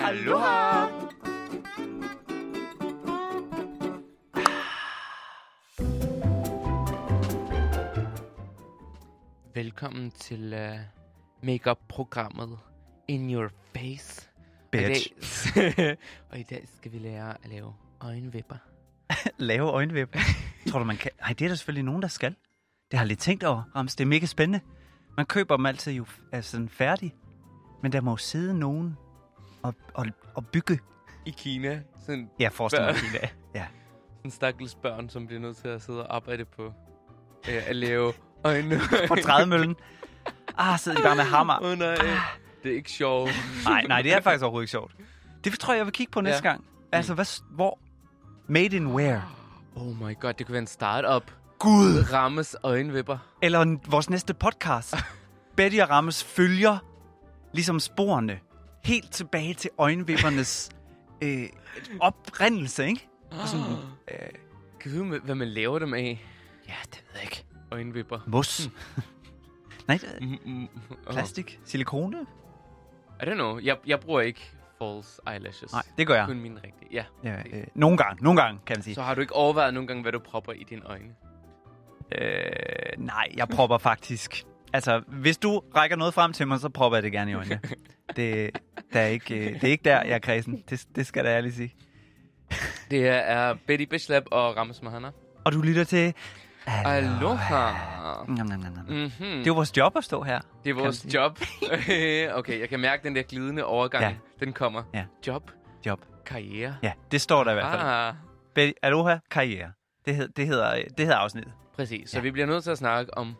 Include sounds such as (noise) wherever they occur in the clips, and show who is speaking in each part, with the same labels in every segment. Speaker 1: Aloha!
Speaker 2: Velkommen til uh, makeup-programmet In Your Face.
Speaker 1: Bitch.
Speaker 2: Og i, dag, (laughs) og i dag skal vi lære at lave øjenvipper.
Speaker 1: (laughs) Lave øjenvipper. Tror du, man kan? Ej, det er der selvfølgelig nogen, der skal. Det har jeg lidt tænkt over, Rams. Det er mega spændende. Man køber dem altid jo altså, sådan færdig. Men der må jo sidde nogen og, og, og bygge.
Speaker 2: I Kina, sådan
Speaker 1: Ja, forestil mig.
Speaker 2: Hvad?
Speaker 1: Kina. Ja.
Speaker 2: en stakkels børn, som bliver nødt til at sidde og arbejde på uh, at lave øjne.
Speaker 1: (laughs) På trædemøllen. Ah, sidder de bare med hammer.
Speaker 2: Åh oh, nej, det er ikke sjovt.
Speaker 1: Nej, nej, det er faktisk overhovedet ikke sjovt. Det tror jeg, jeg vil kigge på næste
Speaker 2: Ja.
Speaker 1: gang. Altså, hvad, s- hvor? Made in where?
Speaker 2: Oh my god, det kunne være en startup.
Speaker 1: Gud!
Speaker 2: Rammes øjenvipper.
Speaker 1: Eller n- vores næste (laughs) podcast. Betty og Rammes følger ligesom sporene helt tilbage til (laughs) øjenvippernes øh, oprindelse, ikke? Og sådan, øh,
Speaker 2: Kan vi vide, hvad man laver dem af?
Speaker 1: ja, det ved jeg ikke. Hmm.
Speaker 2: Øjenvipper.
Speaker 1: Mos. (laughs) nej, det er
Speaker 2: Mm, mm, oh.
Speaker 1: plastik. Silikone?
Speaker 2: I don't know. Jeg, jeg bruger ikke false eyelashes.
Speaker 1: Nej, det gør jeg.
Speaker 2: Kun mine rigtige. Ja.
Speaker 1: Ja, øh, nogle gange, nogle gange, kan man sige.
Speaker 2: Så har du ikke overvejet nogle gange, hvad du propper i dine øjne?
Speaker 1: Øh, nej, jeg propper faktisk. Altså, hvis du rækker noget frem til mig, så propper jeg det gerne i (laughs) øjnene. Det, der er ikke, øh, det er ikke der, jeg er kredsen. Det, det skal jeg da ærligt sige.
Speaker 2: Det er Betty Bishlap og Rammes Mahana.
Speaker 1: Og du lytter til...
Speaker 2: Aloha.
Speaker 1: Nom, nom, nom, nom.
Speaker 2: Mm-hmm.
Speaker 1: Det er jo vores job at stå her.
Speaker 2: Det er
Speaker 1: man
Speaker 2: vores
Speaker 1: sige.
Speaker 2: job. (laughs) okay, jeg kan mærke den der glidende overgang.
Speaker 1: Ja.
Speaker 2: Den kommer.
Speaker 1: Ja.
Speaker 2: Job,
Speaker 1: Job.
Speaker 2: karriere.
Speaker 1: Ja, det står der i hvert fald.
Speaker 2: Ah,
Speaker 1: Betty, Aloha, karriere. Det, hed, det, hedder, øh, det hedder afsnittet.
Speaker 2: præcis. Så
Speaker 1: Ja.
Speaker 2: vi bliver nødt til at snakke om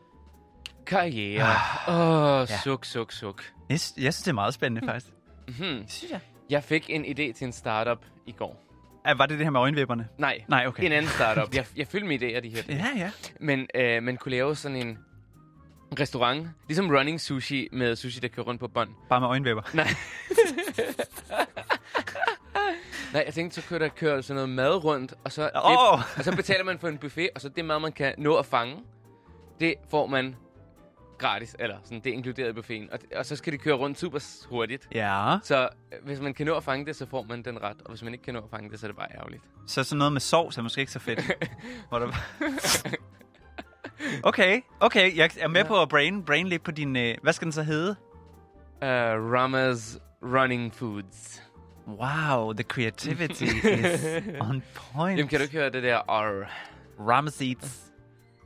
Speaker 2: karriere.
Speaker 1: Ah.
Speaker 2: Åh, oh, suk, suk, suk.
Speaker 1: Jeg, sy- jeg synes, det er meget
Speaker 2: Hmm.
Speaker 1: spændende, faktisk.
Speaker 2: Mm-hmm.
Speaker 1: Synes jeg.
Speaker 2: Jeg fik en idé til en startup i går.
Speaker 1: Ah, var det det her med øjenvipperne?
Speaker 2: Nej,
Speaker 1: Nej, okay.
Speaker 2: en anden
Speaker 1: (laughs)
Speaker 2: startup. Jeg, jeg fyldte med idéer, de her.
Speaker 1: Ja, ja.
Speaker 2: Men øh, man kunne lave sådan en restaurant, ligesom running sushi med sushi, der kører rundt på bånd.
Speaker 1: Bare med øjenvipper.
Speaker 2: Nej. Nej, jeg tænkte, så kører der kører sådan noget mad rundt, og så,
Speaker 1: Åh!
Speaker 2: det, og så betaler man for en buffet, og så det mad, man kan nå at fange, det får man gratis, eller sådan, det er inkluderet i buffeten. Og, og så skal det køre rundt super s- hurtigt.
Speaker 1: Ja.
Speaker 2: Så øh, hvis man kan nå at fange det, så får man den ret, og hvis man ikke kan nå at fange det, så er det bare ærgerligt.
Speaker 1: Så sådan noget med sovs er måske ikke så
Speaker 2: (laughs)
Speaker 1: fedt. Hvor der... okay, okay. Jeg er med på at brain, brain lidt på din... Øh, hvad skal den så hedde?
Speaker 2: Uh, Ramas Running Foods.
Speaker 1: Wow,
Speaker 2: (laughs)
Speaker 1: the creativity is on point.
Speaker 2: Jamen, kan du ikke høre det der R?
Speaker 1: Ramas eats.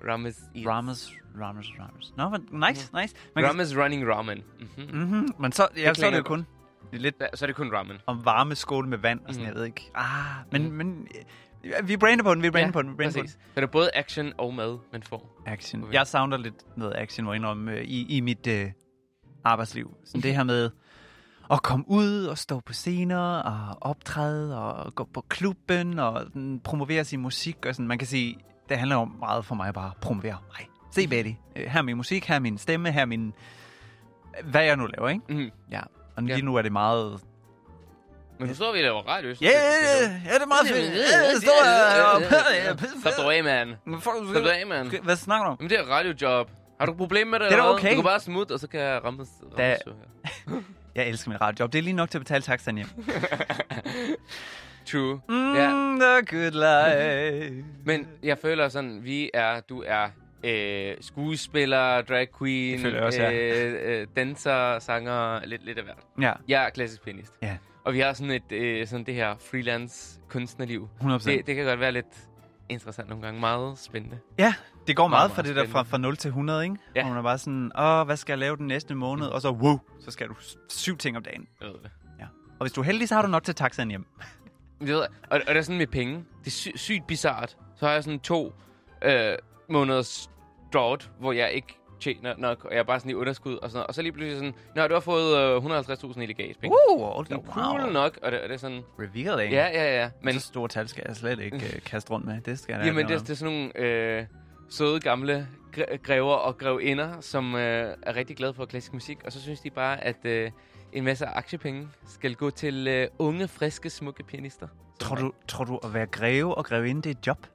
Speaker 2: Ramas, eats-
Speaker 1: Ramas, Ramas, Ramas. Nå, no, nice, nice. Man kan,
Speaker 2: Ramas running ramen. Mm-hmm.
Speaker 1: mm, men så, jeg så er
Speaker 2: klinger
Speaker 1: det jo
Speaker 2: godt.
Speaker 1: kun det er lidt
Speaker 2: Så er det kun ramen.
Speaker 1: om varme skål med vand og sådan,
Speaker 2: Mhm.
Speaker 1: jeg ved ikke. Ah, men, men øh, vi brander på den, vi brander på den, vi brander på den.
Speaker 2: præcis. Så det er både action og mad, man får.
Speaker 1: Action.
Speaker 2: Okay.
Speaker 1: Jeg sounder lidt noget action, må jeg indrømme, øh, i, i mit øh, arbejdsliv. Sådan det her med at komme ud og stå på scener og optræde og gå på klubben og sådan, promovere sin musik. Og sådan. Man kan sige, det handler om meget for mig bare at promovere mig. Se Betty, øh, her er min musik, her er min stemme, her er min... Hvad jeg nu laver, ikke?
Speaker 2: Mm.
Speaker 1: Ja. Og
Speaker 2: Ja.
Speaker 1: lige nu er det meget...
Speaker 2: Men nu står vi og laver radio.
Speaker 1: Ja, yeah, ja, det er meget fedt.
Speaker 2: øh,
Speaker 1: Ja, det står jeg...
Speaker 2: Stop dig af, mand. Stop dig af, mand.
Speaker 1: Hvad snakker du om?
Speaker 2: Jamen, det er et radiojob. Har du et problem med det?
Speaker 1: Det er da
Speaker 2: eller hvad?
Speaker 1: okay.
Speaker 2: Du kan bare smutte, og så kan jeg ramme, ramme
Speaker 1: Da-
Speaker 2: sø her.
Speaker 1: Jeg elsker mit radiojob. Det er lige nok til at betale taxaen hjem.
Speaker 2: True.
Speaker 1: Mm,
Speaker 2: Ja.
Speaker 1: the good life.
Speaker 2: Men jeg føler sådan, vi er, du er øh, skuespiller, drag queen,
Speaker 1: Det føler jeg også, ja.
Speaker 2: øh, øh, danser, sanger, lidt, lidt af hvert.
Speaker 1: Ja,
Speaker 2: Jeg er klassisk pianist.
Speaker 1: Ja.
Speaker 2: Og vi har sådan et øh, sådan det her freelance kunstnerliv.
Speaker 1: 100%.
Speaker 2: Det, det kan godt være lidt interessant nogle gange. Meget spændende.
Speaker 1: ja, det går meget
Speaker 2: meget
Speaker 1: for det der fra,
Speaker 2: spændende.
Speaker 1: fra 0 til 100, ikke?
Speaker 2: Ja. Mm.
Speaker 1: Hvor man er bare sådan, åh, hvad skal jeg lave den næste måned? Og så, wow, så skal du s- syv ting om dagen.
Speaker 2: Jeg ved det.
Speaker 1: Og hvis du er heldig, så har du nok til taxaen hjem.
Speaker 2: Men det ved jeg. Og, og det er sådan med penge. Det er sy- sygt bizart. Så har jeg sådan to øh, måneders drought, hvor jeg ikke tjener nok, og jeg er bare sådan i underskud og sådan noget. Og så lige pludselig sådan, Nå, du har fået øh, 150.000 i legalt penge.
Speaker 1: Wow,
Speaker 2: Det er cool nok, og det, og det er sådan,
Speaker 1: Revealing.
Speaker 2: ja, ja, ja. Men
Speaker 1: Men så store tal skal jeg slet ikke øh, kaste rundt med. Det skal jeg da
Speaker 2: Jamen, det,
Speaker 1: ikke
Speaker 2: er- det er sådan nogle øh, søde gamle gre- grever og grevinder, som øh, er rigtig glade for klassisk musik, og så synes de bare, at øh, en masse aktiepenge skal gå til øh, unge, friske, smukke pianister.
Speaker 1: tror, du, tror du, at være greve og greve ind, det er et job?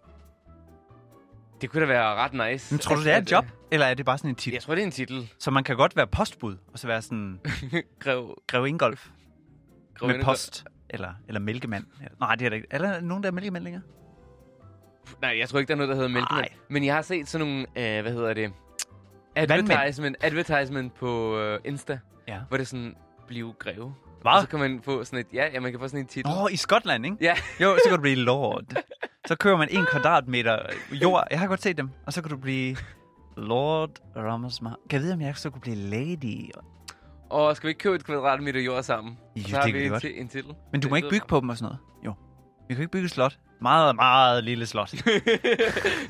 Speaker 2: Det kunne da være ret nice.
Speaker 1: Men tror du,
Speaker 2: at-
Speaker 1: det er
Speaker 2: at,
Speaker 1: et job?
Speaker 2: øh,
Speaker 1: Eller er det bare sådan en titel?
Speaker 2: Jeg tror, det er en titel. (laughs)
Speaker 1: Så man kan godt være postbud, og så være sådan
Speaker 2: Grev.
Speaker 1: greve Ingolf. Med
Speaker 2: Grønne-
Speaker 1: post. Eller, eller mælkemand. Eller- Nej, det er der ikke. Er der nogen, der er mælkemænd længere?
Speaker 2: Nej, jeg tror ikke, der er noget, der hedder mælkemænd.
Speaker 1: Nej.
Speaker 2: Men jeg har set sådan nogle, øh, hvad hedder det?
Speaker 1: Vandmænd.
Speaker 2: Advertisement, advertisement på øh, Insta,
Speaker 1: Ja.
Speaker 2: hvor det er sådan, blive greve. Og
Speaker 1: Hvad?
Speaker 2: så kan man få sådan et, ja, ja man kan få sådan en titel.
Speaker 1: Altså, Nå, i Skotland, ikke?
Speaker 2: Ja,
Speaker 1: Jo, så kan du blive lord. Så kører man en kvadratmeter jord. Jeg har godt set dem. Og så kan du blive Lord Ramasma. Kan jeg vide, om jeg så kunne blive lady?
Speaker 2: og skal vi ikke købe et kvadratmeter jord sammen?
Speaker 1: Jo,
Speaker 2: Og
Speaker 1: det
Speaker 2: så har
Speaker 1: kan vi
Speaker 2: vi en,
Speaker 1: godt.
Speaker 2: ti- en titel.
Speaker 1: Men du må
Speaker 2: Det
Speaker 1: ikke
Speaker 2: lyder
Speaker 1: bygge på dem og sådan noget. Jo. Vi kan ikke bygge et slot. Meget, meget lille (laughs) slot.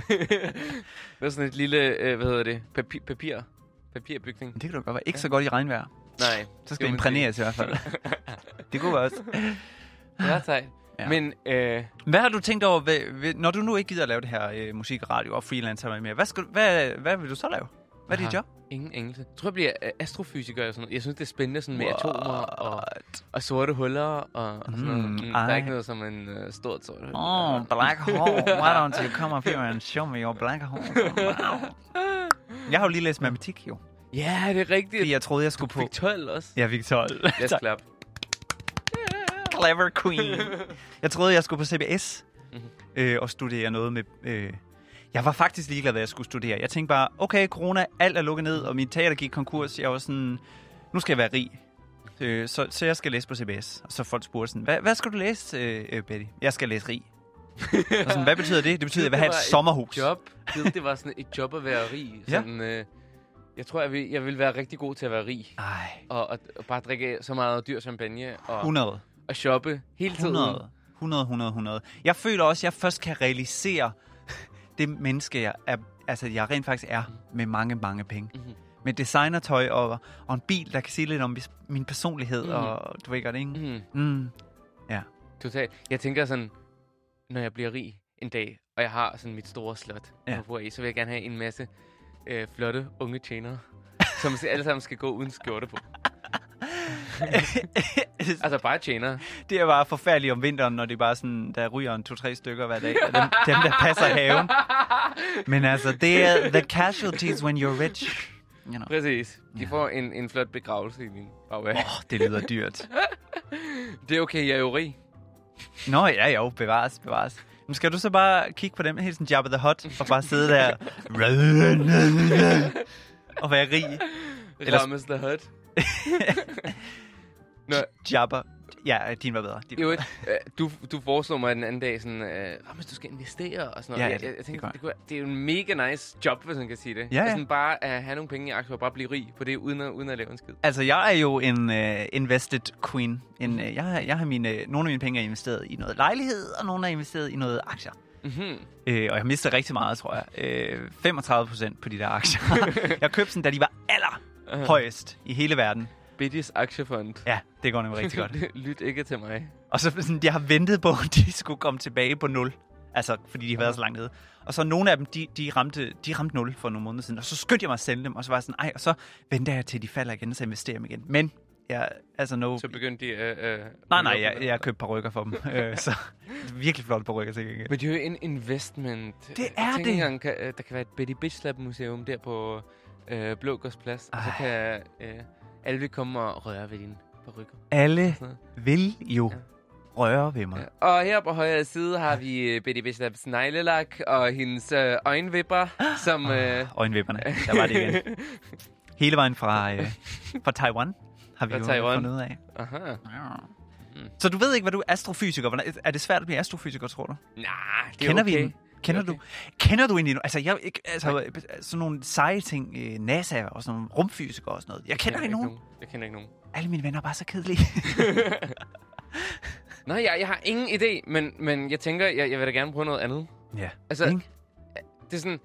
Speaker 2: det var sådan et lille, øh, hvad hedder det, papir, papir, papirbygning.
Speaker 1: Men det kan du godt være. Ikke så godt i regnvejr.
Speaker 2: Nej.
Speaker 1: Så
Speaker 2: det
Speaker 1: skal det
Speaker 2: må man
Speaker 1: imprægneres i hvert (laughs) fald. Det kunne være også.
Speaker 2: sige. Det er sejt.
Speaker 1: Ja.
Speaker 2: Men øh,
Speaker 1: Hvad har du tænkt over, ved, ved, når du nu ikke gider at lave det her øh, musik og radio og freelancer mere? Hvad, skal, du- hvad, hvad vil du så lave? Hvad er
Speaker 2: Jeg har
Speaker 1: dit job?
Speaker 2: ingen engelsk. Jeg tror, jeg bliver øh, astrofysiker og sådan noget. Jeg synes, det er spændende sådan med atomer og,
Speaker 1: What?
Speaker 2: og sorte huller og, og sådan noget.
Speaker 1: Mm,
Speaker 2: Mm, der er
Speaker 1: ej.
Speaker 2: ikke noget som en øh, stort sort hul.
Speaker 1: Oh, black hole. Why don't you come up here and show me your black
Speaker 2: (laughs)
Speaker 1: hole? Wow. Jeg har jo lige læst matematik, jo.
Speaker 2: Ja, det er rigtigt.
Speaker 1: Fordi jeg troede, jeg skulle på...
Speaker 2: Fik 12 også.
Speaker 1: Ja, fik 12.
Speaker 2: Lad os klap.
Speaker 1: Clever
Speaker 2: (laughs)
Speaker 1: queen. Jeg troede, jeg skulle på CBS
Speaker 2: Mhm.
Speaker 1: øh, og studere noget med... Øh, jeg var faktisk ligeglad, hvad jeg skulle studere. Jeg tænkte bare, okay, corona, alt er lukket ned, og min teater gik konkurs. Jeg var sådan, nu skal jeg være rig. Øh, så, så jeg skal læse på CBS. Og så folk spurgte sådan, hvad, hvad skal du læse, øh, øh, Betty? Jeg skal
Speaker 2: (laughs)
Speaker 1: læse rig. Og sådan, hvad betyder det? Det betyder, at jeg vil
Speaker 2: Det
Speaker 1: have et
Speaker 2: var et
Speaker 1: sommerhus.
Speaker 2: Job. Det, det var sådan et job at være rig.
Speaker 1: Ja.
Speaker 2: Sådan, øh, jeg tror, jeg vil, jeg vil være rigtig god til at være rig.
Speaker 1: Ej,
Speaker 2: Og, og, og bare drikke så meget dyr champagne og,
Speaker 1: 100.
Speaker 2: og shoppe hele tiden.
Speaker 1: 100. 100, 100, 100. Jeg føler også, at jeg først kan realisere (laughs) det menneske, jeg, er, altså, jeg rent faktisk er med mange, mange penge.
Speaker 2: Mhm.
Speaker 1: Med designertøj og, og en bil, der kan sige lidt om mis- min personlighed,
Speaker 2: Mhm.
Speaker 1: og du ved godt, ikke?
Speaker 2: Mm,
Speaker 1: Mm. (laughs)
Speaker 2: totalt. Jeg tænker sådan, når jeg bliver rig en dag, og jeg har sådan mit store slot,
Speaker 1: Ja.
Speaker 2: ja. jeg bor i, så vil jeg gerne have en masse øh, flotte unge tjenere, (laughs) som alle sammen skal gå uden skjorte på. Altså bare tjenere.
Speaker 1: det er bare forfærdeligt om vinteren, når det er bare sådan, der ryger en to-tre stykker hver dag, og dem, dem der passer i
Speaker 2: (laughs)
Speaker 1: haven. Men altså, det er the casualties when you're rich. You know.
Speaker 2: Præcis. De får en, en flot begravelse i min baghave.
Speaker 1: oh, det lyder dyrt.
Speaker 2: Det er okay, jeg er jo rig.
Speaker 1: Nå, ja, jo, bevares, bevares. Men skal du så bare kigge på dem helt sådan Jabba the Hutt, og bare sidde der og være rig? Ellers-
Speaker 2: Rammes the Hut. (laughs) Nå,
Speaker 1: Jabba. Ja, din var bedre. Din
Speaker 2: jo,
Speaker 1: var
Speaker 2: et, du, du foreslog mig den anden dag sådan, øh, Rammes, du skal investere og sådan
Speaker 1: Ja,
Speaker 2: noget.
Speaker 1: ja,
Speaker 2: jeg,
Speaker 1: det-
Speaker 2: jeg,
Speaker 1: det
Speaker 2: jeg tænkte,
Speaker 1: gør
Speaker 2: det, kunne, være- det er jo en mega nice job, hvis man kan sige det.
Speaker 1: Ja, ja.
Speaker 2: Sådan bare at have nogle penge i aktier og bare blive rig på det, uden at, uden at lave en skid.
Speaker 1: Altså, jeg er jo en uh, invested queen. En, uh, jeg, har- jeg har mine, uh, nogle af mine penge er investeret i noget lejlighed, og nogle er investeret i noget aktier.
Speaker 2: Mm-hmm.
Speaker 1: Øh, og jeg mistede rigtig meget, tror jeg. Øh, 35 procent på de der aktier. jeg købte dem, da de var allerhøjest i hele verden.
Speaker 2: Biddies aktiefond.
Speaker 1: Ja, det går nemlig rigtig godt.
Speaker 2: (laughs) Lyt ikke til mig.
Speaker 1: Og så sådan, jeg har ventet på, (laughs) at de skulle komme tilbage på 0. Altså, fordi de har været så langt nede. Og så nogle af dem, de, de, ramte, de ramte 0 for nogle måneder siden. Og så skyndte jeg mig at sælge dem, og så var jeg sådan, ej, og så venter jeg til, de falder igen, og så investerer jeg dem igen. Men, jeg, altså no...
Speaker 2: Så begyndte de at... Øh,
Speaker 1: nej, nej, jeg, jeg købte par rykker
Speaker 2: (laughs)
Speaker 1: for dem. øh, så virkelig flot par rykker, til gengæld.
Speaker 2: Men det er jo en investment.
Speaker 1: Det
Speaker 2: Øh,
Speaker 1: er
Speaker 2: Tænk
Speaker 1: det.
Speaker 2: Engang, kan, øh, der kan være et Betty Bitch Lab museum der på øh, Blågårdsplads. Og så
Speaker 1: Ej.
Speaker 2: kan øh, alle vil komme og røre ved din rykker.
Speaker 1: Alle vil jo røre ved mig.
Speaker 2: Ja. Og her på højre side har vi øh, Betty Bitch Labs neglelak og hendes øh, øjenvipper, som... Øh,
Speaker 1: Øjenvipperne, Ah. der var det
Speaker 2: (laughs)
Speaker 1: igen. Hele vejen fra, øh, fra Taiwan har vi
Speaker 2: Fra
Speaker 1: jo
Speaker 2: Taiwan. Mm.
Speaker 1: fundet ud af.
Speaker 2: aha.
Speaker 1: Så du ved ikke, hvad du er astrofysiker. Hvordan- Er det svært at blive astrofysiker, tror du?
Speaker 2: Nah, det er
Speaker 1: Kender
Speaker 2: okay.
Speaker 1: vi den? Kender
Speaker 2: Det er
Speaker 1: du? Kender du egentlig? no- Altså, jeg ikke, altså sådan nogle seje ting, øh, NASA og sådan nogle rumfysikere og sådan noget. Jeg kender ikke nogen.
Speaker 2: Jeg kender ikke nogen.
Speaker 1: Alle mine venner er bare så
Speaker 2: (laughs)
Speaker 1: kedelige.
Speaker 2: Nej, jeg, jeg har ingen idé, men, men jeg tænker, jeg, jeg vil da gerne prøve noget andet.
Speaker 1: (laughs) ja.
Speaker 2: Altså,
Speaker 1: Ikke?
Speaker 2: det er sådan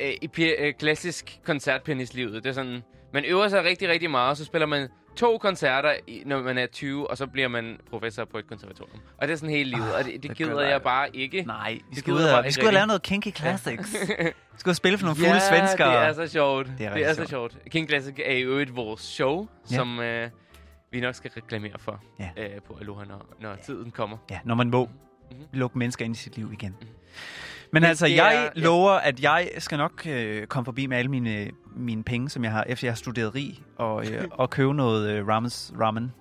Speaker 2: øh, i pi- øh, klassisk koncertpianistlivet. Det er sådan, man øver sig rigtig, rigtig meget, og så spiller man to koncerter, i- når man er 20, og så bliver man professor på et konservatorium. Og det er sådan hele livet, og det, det
Speaker 1: Ah, det
Speaker 2: gider
Speaker 1: gør
Speaker 2: jeg
Speaker 1: jeg.
Speaker 2: bare ikke.
Speaker 1: Nej, vi skal
Speaker 2: gider
Speaker 1: ud
Speaker 2: jeg bare
Speaker 1: og, vi
Speaker 2: ikke
Speaker 1: skal ud og
Speaker 2: rigtig.
Speaker 1: lave noget
Speaker 2: (laughs)
Speaker 1: kinky classics. vi skal ud og spille for nogle fulde svenskere.
Speaker 2: det er altså- så sjovt.
Speaker 1: Det
Speaker 2: Det
Speaker 1: er
Speaker 2: er,
Speaker 1: rigtig
Speaker 2: det er så sjovt. King Classic er jo et vores show,
Speaker 1: Ja.
Speaker 2: som øh, vi nok skal reklamere for
Speaker 1: Ja.
Speaker 2: øh, på Aloha, når, når tiden kommer.
Speaker 1: Ja, når man må
Speaker 2: Mhm.
Speaker 1: lukke mennesker ind i sit liv igen. Men altså,
Speaker 2: det er-
Speaker 1: jeg
Speaker 2: ja.
Speaker 1: lover, at jeg skal nok øh, komme forbi med alle mine,
Speaker 2: (laughs)
Speaker 1: mine penge, som jeg har, efter jeg har studeret rig, og, øh, og købe noget øh, ramens, ramen.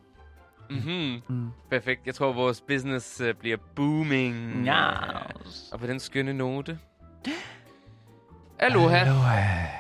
Speaker 2: Mhm.
Speaker 1: Mm.
Speaker 2: Perfekt. Jeg tror, vores business øh, bliver booming.
Speaker 1: Yes.
Speaker 2: Og på den skønne note. Aloha.
Speaker 1: Aloha.